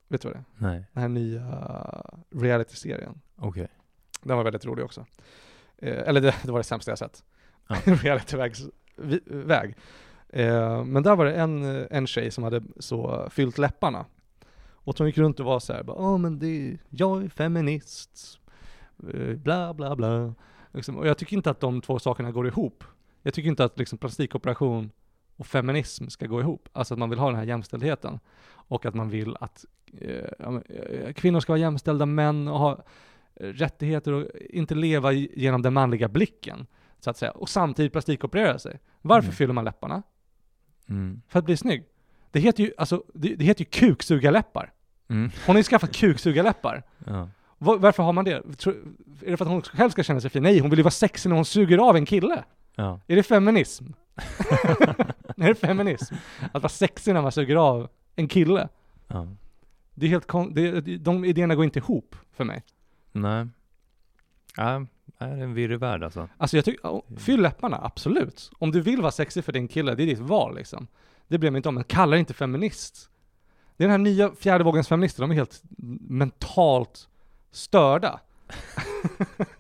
Speaker 1: Vet du vad det är?
Speaker 2: nej,
Speaker 1: Den här nya eh, reality-serien.
Speaker 2: okej.
Speaker 1: Den var väldigt rolig också. Eh, eller det, det var det sämsta jag sett.
Speaker 2: Ja.
Speaker 1: Realityväg. vi- Väg. Eh, men där var det en, eh, en tjej som hade så fyllt läpparna. Och hon gick runt och var så här, bara, "Ja, men det, jag är feminist, Eh, bla bla bla. Liksom. Och jag tycker inte att de två sakerna går ihop. Jag tycker inte att liksom, plastikoperation och feminism ska gå ihop. Alltså att man vill ha den här jämställdheten. Och att man vill att eh, ja, men, eh, kvinnor ska vara jämställda män och ha eh, rättigheter och inte leva i- genom den manliga blicken. Så att säga. Och samtidigt plastikoperera sig. Varför
Speaker 2: Mm.
Speaker 1: fyller man läpparna?
Speaker 2: Mm.
Speaker 1: För att bli snygg. Det heter ju, alltså, det, det heter ju kuksugarläppar.
Speaker 2: Mm.
Speaker 1: Hon har ju skaffat kuksugarläppar.
Speaker 2: Ja.
Speaker 1: Va- varför har man det? Tror- är det för att hon själv ska känna sig fin? Nej, hon vill ju vara sexig när hon suger av en kille.
Speaker 2: Ja.
Speaker 1: Är det feminism? är det feminism? Att vara sexig när man suger av en kille?
Speaker 2: ja.
Speaker 1: Det är helt kon- det, det- de idéerna går inte ihop för mig.
Speaker 2: Nej. Nej, det är en virrig värld alltså.
Speaker 1: Alltså jag tycker, ja, fyll läpparna, absolut. Om du vill vara sexig för din kille, det är ditt val liksom. Det bryr jag mig inte om, men kalla dig inte feminist. Det är den här nya fjärde vågens feminister, de är helt mentalt störda.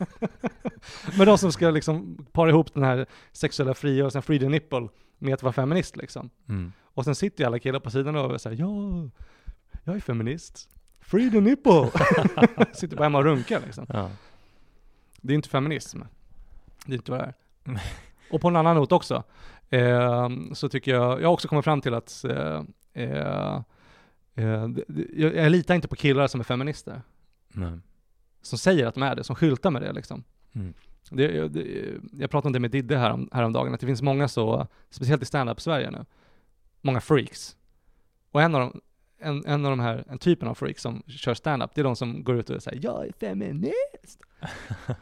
Speaker 1: men de som ska liksom para ihop den här sexuella frigörelsen, free the nipple, med att vara feminist liksom.
Speaker 2: Mm.
Speaker 1: Och sen sitter ju alla killar på sidan och säger ja, jag är feminist. Free the nipple! sitter bara hemma och runkar liksom.
Speaker 2: Ja.
Speaker 1: Det är inte feminism. Det är inte vad det är. Och på en annan not också, eh, så tycker jag, jag har också kommit fram till att eh, eh, eh, det- det- jag, jag litar inte på killar som är feminister.
Speaker 2: Nej.
Speaker 1: Som säger att de är det, som skyltar med det liksom.
Speaker 2: Mm.
Speaker 1: Det, jag- det, jag pratade om det med Didde härom, häromdagen, att det finns många så, speciellt i stand-up Sverige nu, många freaks. Och en av de, en, en av de här, en typen av freaks som kör stand-up, det är de som går ut och säger jag är feminist.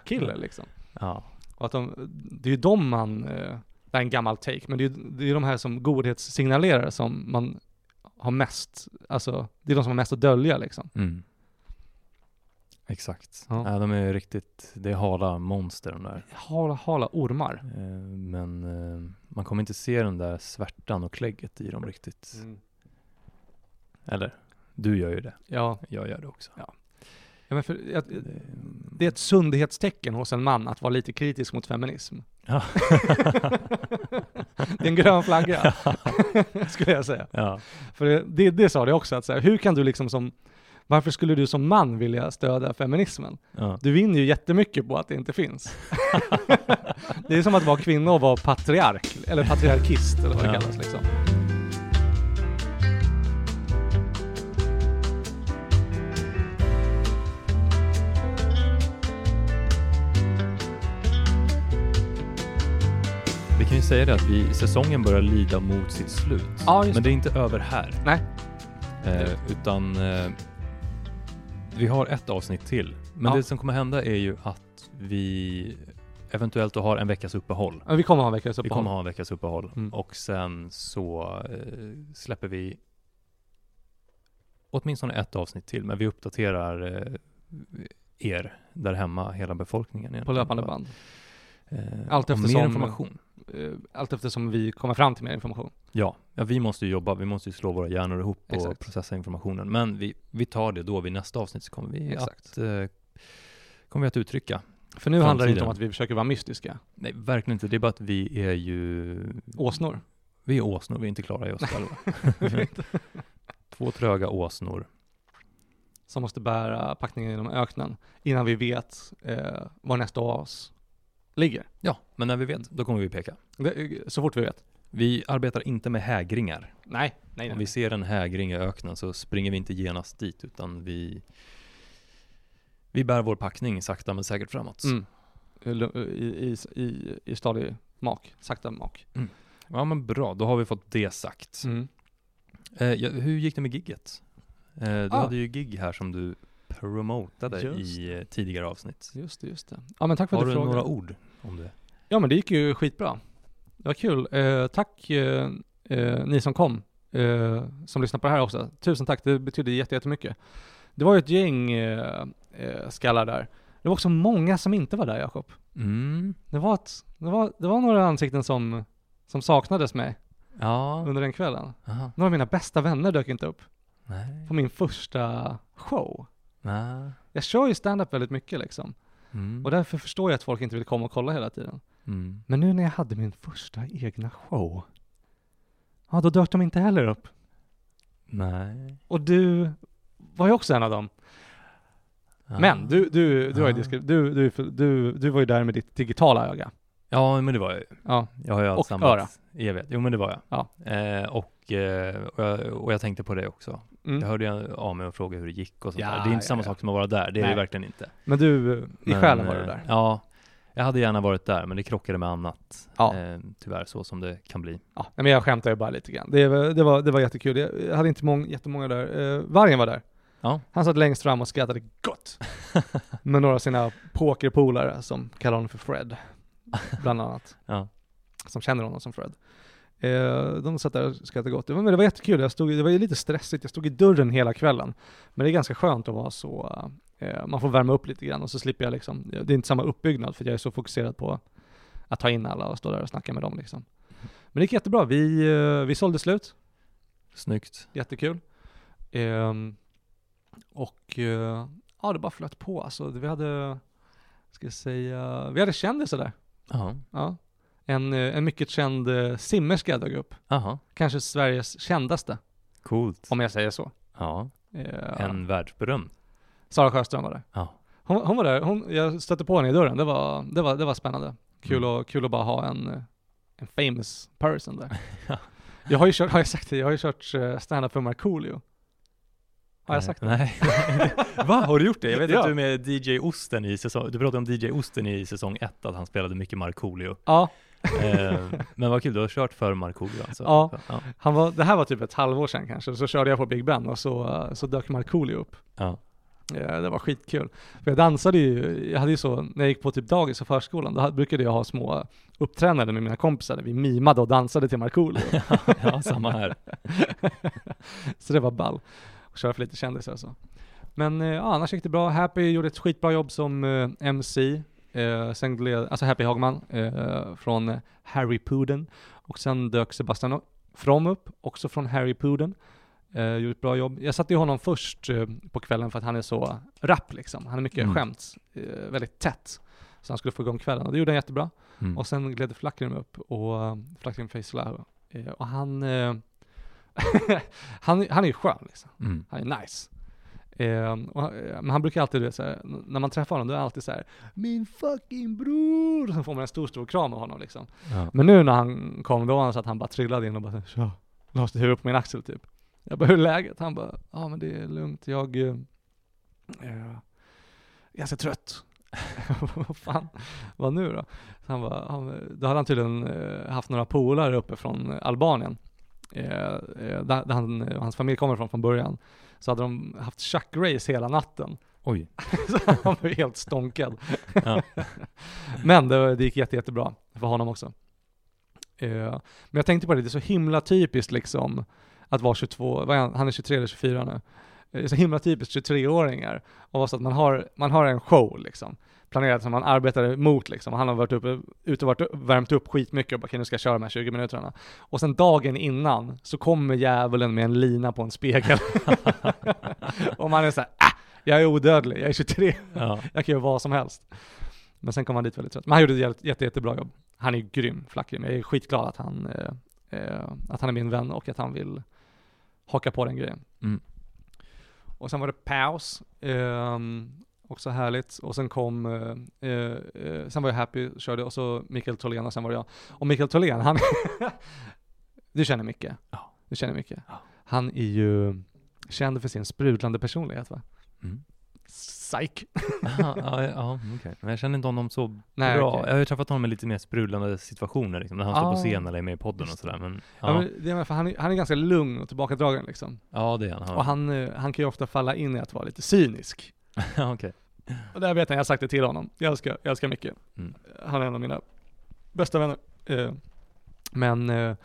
Speaker 1: Kille liksom.
Speaker 2: Ja.
Speaker 1: Och att de, det är ju de man, eh, det är en gammal take, men det är ju det är de här som godhetssignalerar som man har mest, alltså det är de som har mest att dölja liksom.
Speaker 2: Mm. Exakt.
Speaker 1: Ja.
Speaker 2: Nej, de är ju riktigt, det är hala monster de där.
Speaker 1: Hala, hala ormar.
Speaker 2: Eh, Men eh, man kommer inte se den där svärtan och klägget i dem riktigt.
Speaker 1: Mm.
Speaker 2: Eller? Du gör ju det.
Speaker 1: Ja,
Speaker 2: Jag gör det också.
Speaker 1: ja men för, jag,
Speaker 2: Det-
Speaker 1: det är ett sundhetstecken hos en man att vara lite kritisk mot feminism.
Speaker 2: Ja.
Speaker 1: det är en grön flagga, skulle jag säga.
Speaker 2: Ja.
Speaker 1: För det, det, det sa det också, att så här, hur kan du liksom som, varför skulle du som man vilja stödja feminismen?
Speaker 2: Ja.
Speaker 1: Du vinner ju jättemycket på att det inte finns. det är som att vara kvinna och vara patriark, eller patriarkist eller vad det
Speaker 2: Ja.
Speaker 1: kallas liksom.
Speaker 2: Vi kan ju säga det att vi, säsongen börjar lida mot sitt slut.
Speaker 1: Ja, just
Speaker 2: Men det är inte över här.
Speaker 1: Nej.
Speaker 2: Eh, utan eh, vi har ett avsnitt till. Men
Speaker 1: Ja.
Speaker 2: det som kommer hända är ju att vi eventuellt då har en veckas uppehåll.
Speaker 1: Men vi kommer ha en veckas
Speaker 2: Vi kommer
Speaker 1: uppehåll.
Speaker 2: ha en veckas uppehåll
Speaker 1: Mm.
Speaker 2: och sen så eh, släpper vi åtminstone ett avsnitt till, men vi uppdaterar eh, er där hemma, hela befolkningen.
Speaker 1: på
Speaker 2: egentligen.
Speaker 1: löpande band.
Speaker 2: Eh,
Speaker 1: Allt
Speaker 2: och
Speaker 1: eftersom-
Speaker 2: Mer information.
Speaker 1: Eh, Allt eftersom vi kommer fram till mer information.
Speaker 2: Ja, ja, vi måste ju jobba, vi måste ju slå våra hjärnor ihop och
Speaker 1: Exakt.
Speaker 2: processa informationen. Men vi, vi tar det då, vid nästa avsnitt så kommer vi,
Speaker 1: Exakt.
Speaker 2: att, eh, kommer vi att uttrycka.
Speaker 1: För nu handlar det inte
Speaker 2: Framtiden.
Speaker 1: om att vi försöker vara mystiska.
Speaker 2: Nej, verkligen inte. Det är bara att vi är ju...
Speaker 1: Åsnor.
Speaker 2: Vi är åsnor, vi är inte klara i oss själva. Två tröga åsnor.
Speaker 1: som måste bära packningen genom öknen innan vi vet eh, var nästa oas ligger.
Speaker 2: Ja, men när vi vet, då kommer vi peka.
Speaker 1: Det- eh, Så fort vi vet.
Speaker 2: Vi arbetar inte med hägringar.
Speaker 1: Nej, nej, nej.
Speaker 2: Om vi ser en hägring i öknen så springer vi inte genast dit, utan vi, vi bär vår packning sakta men säkert framåt.
Speaker 1: Mm. I, i, i, I stadig mak, sakta mak.
Speaker 2: Ja, men bra. Då har vi fått det sagt.
Speaker 1: Mm.
Speaker 2: Eh, ja, hur gick det med gigget? Eh, du
Speaker 1: Ah.
Speaker 2: hade ju gig här som du promotade
Speaker 1: Just
Speaker 2: i eh, tidigare avsnitt.
Speaker 1: Just det, just det. Ja men tack för
Speaker 2: Har
Speaker 1: att du
Speaker 2: du
Speaker 1: frågade.
Speaker 2: några ord om det?
Speaker 1: Ja men det gick ju skitbra. Det var kul. Eh, tack eh, eh, ni som kom, eh, som lyssnar på det här också. Tusen tack, det betyder jätte- jättemycket. Det var ju ett gäng eh, eh, skallar där. Det var också många som inte var där Jakob.
Speaker 2: Mm.
Speaker 1: Det var, ett, det var, det var några ansikten som, som saknades mig
Speaker 2: Ja.
Speaker 1: under den kvällen.
Speaker 2: Aha.
Speaker 1: Några av mina bästa vänner dök inte upp
Speaker 2: Nej.
Speaker 1: på min första show.
Speaker 2: Nej.
Speaker 1: Jag kör ju stand-up väldigt mycket liksom.
Speaker 2: Mm.
Speaker 1: Och därför förstår jag att folk inte vill komma och kolla hela tiden.
Speaker 2: Mm.
Speaker 1: Men nu när jag hade min första egna show, ja då dök de inte heller upp.
Speaker 2: Nej.
Speaker 1: Och du var ju också en av dem.
Speaker 2: Ja.
Speaker 1: Men du, du, du, har ju
Speaker 2: Ah.
Speaker 1: diskri- du, du, du, du var ju där med ditt digitala öga.
Speaker 2: Ja, men det var jag ju.
Speaker 1: Ja,
Speaker 2: Jag har ju
Speaker 1: Och
Speaker 2: allt
Speaker 1: öra.
Speaker 2: samlat i evighet. Jo, men det var jag.
Speaker 1: Ja.
Speaker 2: Eh, och, eh, och, jag, och jag tänkte på det också. Jag
Speaker 1: mm.
Speaker 2: hörde ju av mig och frågade hur det gick och sånt
Speaker 1: Ja,
Speaker 2: där. Det är inte
Speaker 1: ja,
Speaker 2: samma
Speaker 1: ja.
Speaker 2: sak som att vara där. Det är
Speaker 1: Nej.
Speaker 2: det verkligen inte.
Speaker 1: Men du, i
Speaker 2: Men,
Speaker 1: själen var du
Speaker 2: eh,
Speaker 1: där.
Speaker 2: Ja, jag hade gärna varit där, men det krockade med annat.
Speaker 1: Ja.
Speaker 2: Eh, tyvärr, så som det kan bli.
Speaker 1: Ja, nej, men jag skämtar ju bara lite grann. Det, var- det, var, det var jättekul. Jag jag hade inte mång, jättemånga där. Eh, vargen var där.
Speaker 2: Ja.
Speaker 1: Han satt längst fram och skrattade gott med några av sina pokerpolare som kallar honom för Fred, bland annat.
Speaker 2: Ja.
Speaker 1: Som känner honom som Fred. Eh, de satt där och skrattade gott. Det var, men det var jättekul. Jag stod, det var ju lite stressigt. Jag stod i dörren hela kvällen. Men det är ganska skönt att vara så, eh, man får värma upp lite grann och så slipper jag liksom, det är inte samma uppbyggnad för jag är så fokuserad på att ta in alla och stå där och snacka med dem liksom. Men det gick jättebra. Vi, eh, vi sålde slut.
Speaker 2: Snyggt.
Speaker 1: Jättekul. Ehm, och eh, ja, det bara flöt på. Alltså, vi hade, ska jag säga, vi hade kändisar där.
Speaker 2: Ja.
Speaker 1: Ja. En, eh, en mycket känd eh, simmerska dök upp.
Speaker 2: Aha.
Speaker 1: Kanske Sveriges kändaste,
Speaker 2: Coolt.
Speaker 1: om jag säger så.
Speaker 2: Ja.
Speaker 1: Eh,
Speaker 2: En världsberömd.
Speaker 1: Sara Sjöström var där.
Speaker 2: Ja.
Speaker 1: Hon, hon var där. Hon, jag stötte på henne i dörren. Det var, det var, det var
Speaker 2: Mm.
Speaker 1: spännande. Kul, och, kul att bara ha en, eh, en famous person där.
Speaker 2: Ja.
Speaker 1: Jag har ju kört, har jag sagt det, jag har ju kört eh, stand-up för Markoolio. Har jag
Speaker 2: Eh,
Speaker 1: sagt det?
Speaker 2: Nej. Va? Har du gjort det? Jag vet
Speaker 1: Ja.
Speaker 2: att du är med DJ Osten i säsong... Du pratade om DJ Osten i säsong ett, att han spelade mycket Markoolio.
Speaker 1: Ja,
Speaker 2: Eh, men vad kul, du har kört för Markoolio alltså.
Speaker 1: Ja.
Speaker 2: Ja.
Speaker 1: han var, det här var typ ett halvår sedan kanske, så körde jag på Big Ben och så, eh, så dök Markoolio upp.
Speaker 2: ja.
Speaker 1: Ja, det var skitkul. För jag dansade ju, jag hade ju så, när jag gick på typ dagis och förskolan, då ha- brukade jag ha små upptränade med mina kompisar där vi mimade och dansade till Markoolio.
Speaker 2: ja, samma här.
Speaker 1: så det var ball. Och köra för lite kändisar och så. Men eh, ja, annars gick det bra. Happy gjorde ett skitbra jobb som eh, MC. Eh, sen gled, alltså Happy Hagman eh, från eh, Harry Puden. Och sen dök Sebastian O- From upp, också från Harry Puden. Eh, gjorde ett bra jobb. Jag satte ju honom först eh, på kvällen för att han är så rapp liksom. Han är mycket
Speaker 2: Mm.
Speaker 1: skämt, eh, väldigt tätt. Så han skulle få igång kvällen och det gjorde han jättebra.
Speaker 2: Mm.
Speaker 1: Och sen gled Flackrim upp och eh, Flackrim Facelahu. Eh, och han, eh, han, han är ju skön liksom.
Speaker 2: Mm.
Speaker 1: Han är nice. Eh, och, eh, men han brukar alltid, du vet, så här, n- när man träffar honom, då är han alltid så här Min fucking bror! Och Sen får man en stor, stor kram av honom liksom.
Speaker 2: Ja.
Speaker 1: Men nu när han kom, då var han så att han bara trillade in och bara så här, "Tja." la sitt huvud på min axel typ. Jag bara, hur är läget? Han bara, ja men det är lugnt, jag eh, är ganska trött. Vad fan, vad nu då? Så han bara, ja, men- då hade han tydligen eh, haft några polare uppe från Albanien, eh, eh, där, där han, eh, hans familj kommer från från början. Så hade de haft chuckrace hela natten.
Speaker 2: Oj.
Speaker 1: Så han var ju helt stånkad.
Speaker 2: Ja.
Speaker 1: Men det, det gick jätte, jättebra för honom också. Eh, men jag tänkte på det, det är så himla typiskt liksom att vara 22, vad är han, han är 23 eller 24 nu. det är så himla typiskt 23-åringar, och vara så att man har, man har en show liksom, planerad som man arbetar mot liksom, och han har varit uppe, ute och varit, värmt upp skitmycket och bara okej nu ska jag köra de här 20 minuterna. Och sen dagen innan så kommer djävulen med en lina på en spegel. och man är så här, ah, jag är odödlig, jag är 23,
Speaker 2: Ja.
Speaker 1: jag kan göra vad som helst. Men sen kom han dit väldigt trött. Men han gjorde ett jätte, jätte, jättebra jobb. Han är grym, flackgrym. Jag är skitglad att han, eh, eh, att han är min vän och att han vill haka på den grejen.
Speaker 2: Mm.
Speaker 1: Och sen var det paus. ehm, också härligt. Och sen kom, eh, eh, eh, sen var jag happy, körde, och så Mikael Tholén och sen var det jag. Och Mikael Tholén, han... du känner Micke?
Speaker 2: Ja.
Speaker 1: Du känner Micke?
Speaker 2: Ja.
Speaker 1: Han är ju känd för sin sprudlande personlighet va?
Speaker 2: Mm.
Speaker 1: Psyk!
Speaker 2: Aha, ja, ja, okej. Men jag känner inte honom så
Speaker 1: Nej,
Speaker 2: bra.
Speaker 1: okej.
Speaker 2: Jag har ju träffat honom i lite mer sprudlande situationer, liksom, när han står på
Speaker 1: Ah.
Speaker 2: scen eller är med i podden och sådär. Men, ja.
Speaker 1: Ja. men det är, för han, är, han är ganska lugn och tillbakadragen liksom.
Speaker 2: ja, det är han.
Speaker 1: Och
Speaker 2: Ja.
Speaker 1: han, eh, han kan ju ofta falla in i att vara lite cynisk.
Speaker 2: Ja, okej.
Speaker 1: Och där vet jag, jag har sagt det till honom. Jag älskar, jag älskar Micke.
Speaker 2: Mm.
Speaker 1: Han är en av mina bästa vänner. Eh, Men eh,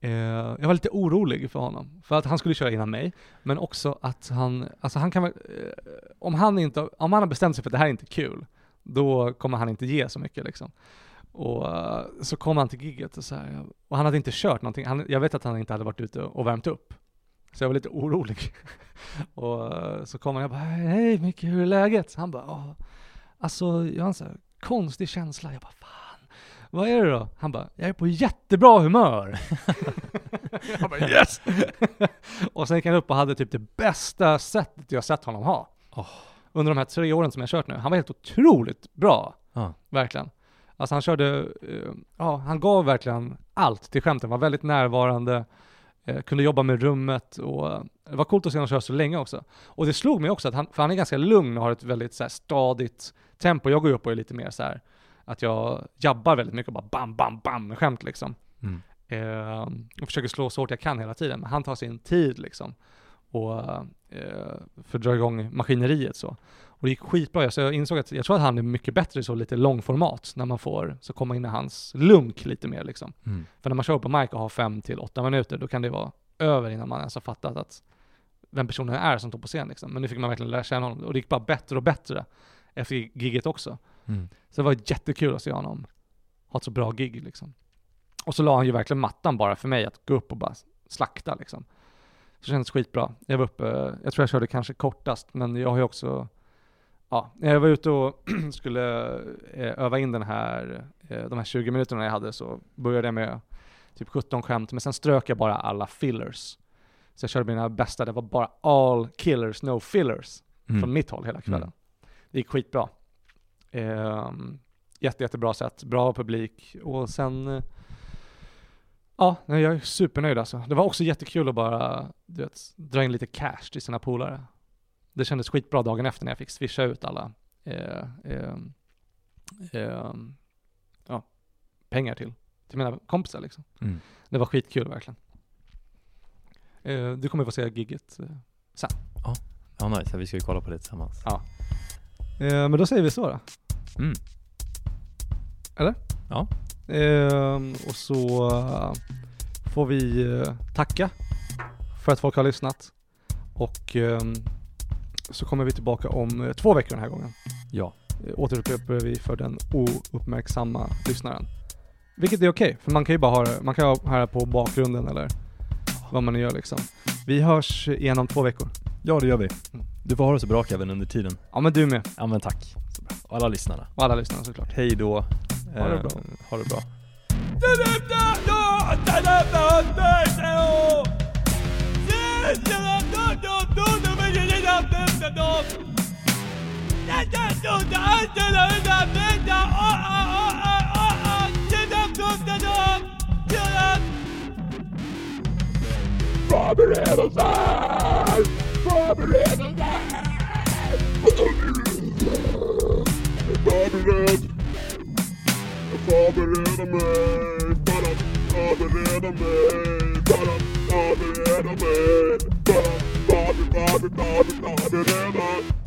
Speaker 1: eh, jag var lite orolig för honom. För att han skulle köra innan mig, men också att han, alltså han kan väl, eh, om han inte, om han har bestämt sig för att det här är inte kul, då kommer han inte ge så mycket liksom. Och eh, så kom han till gigget och så här, och han hade inte kört någonting. Han, jag vet att han inte hade varit ute och värmt upp. Så jag var lite orolig. och eh, så kom han och jag bara, hej Micke, hur är läget? Han bara, "Ja." alltså jag har en så här konstig känsla. Jag bara, fan, vad är det då? Han bara, jag är på jättebra humör. jag bara, yes! och sen gick han upp och hade typ det bästa sättet jag sett honom ha.
Speaker 2: Åh.
Speaker 1: Under de här tre åren som jag kört nu. Han var helt otroligt bra.
Speaker 2: Ja.
Speaker 1: Verkligen. Alltså han körde, eh, ja han gav verkligen allt till skämten, var väldigt närvarande, eh, kunde jobba med rummet och eh, det var coolt att se honom köra så länge också. Och det slog mig också att han, för han är ganska lugn och har ett väldigt så här, stadigt tempo. Jag går ju upp och är lite mer så här att jag jabbar väldigt mycket och bara bam, bam, bam med skämt liksom.
Speaker 2: Mm.
Speaker 1: Eh, och försöker slå så hårt jag kan hela tiden. Men han tar sin tid liksom. Och eh, för att dra igång maskineriet så. Och det gick skitbra. Så jag insåg att jag tror att han är mycket bättre i så lite långformat. När man får så komma in i hans lunk lite mer liksom.
Speaker 2: Mm.
Speaker 1: För när man kör på mic och har fem till åtta minuter, då kan det vara över innan man ens har fattat att vem personen är som står på scen liksom. Men nu fick man verkligen lära känna honom. Och det gick bara bättre och bättre efter giget också.
Speaker 2: Mm.
Speaker 1: Så det var jättekul att se honom ha ett så bra gig liksom. Och så la han ju verkligen mattan bara för mig att gå upp och bara slakta liksom. Så det kändes skitbra. Jag var uppe, jag tror jag körde kanske kortast, men jag har ju också, ja, när jag var ute och skulle eh, öva in den här, eh, de här 20 minuterna jag hade så började jag med typ 17 skämt, men sen strök jag bara alla fillers. Så jag körde mina bästa, det var bara all killers, no fillers
Speaker 2: Mm.
Speaker 1: från mitt håll hela kvällen.
Speaker 2: Mm.
Speaker 1: Det gick skitbra. Ehm, jätte, jättebra sätt, bra publik och sen eh, Ja, nej, jag är supernöjd alltså. Det var också jättekul att bara, du vet, dra in lite cash till sina polare. Det kändes skitbra dagen efter när jag fick swisha ut alla eh, eh, eh, ja, pengar till, till mina kompisar liksom.
Speaker 2: Mm.
Speaker 1: Det var skitkul verkligen. Eh, du kommer få se gigget. eh.
Speaker 2: Ja, nice. Vi ska ju kolla på det tillsammans.
Speaker 1: Eh, men då säger vi så då.
Speaker 2: Mm.
Speaker 1: Ehm, och så eh, får vi eh, tacka för att folk har lyssnat. Och ehm, så kommer vi tillbaka om eh, två veckor den här gången.
Speaker 2: Ja.
Speaker 1: Eh, Återupprepar vi för den ouppmärksamma lyssnaren. Vilket är okej, för man kan ju bara ha det, man kan ha det här på bakgrunden eller vad man nu gör liksom. Vi hörs igen om två veckor.
Speaker 2: ja, det gör vi. Du får ha det så bra Kevin under tiden.
Speaker 1: Mm. Ja men du med,
Speaker 2: Ja, men tack. Och alla lyssnarna.
Speaker 1: och alla lyssnare såklart.
Speaker 2: Hej då.
Speaker 1: Ha det
Speaker 2: Eh,
Speaker 1: bra.
Speaker 2: Ha det bra.
Speaker 3: Förbereda mig för att förbereda mig för att förbereda mig för att förbereda, förbereda, förbereda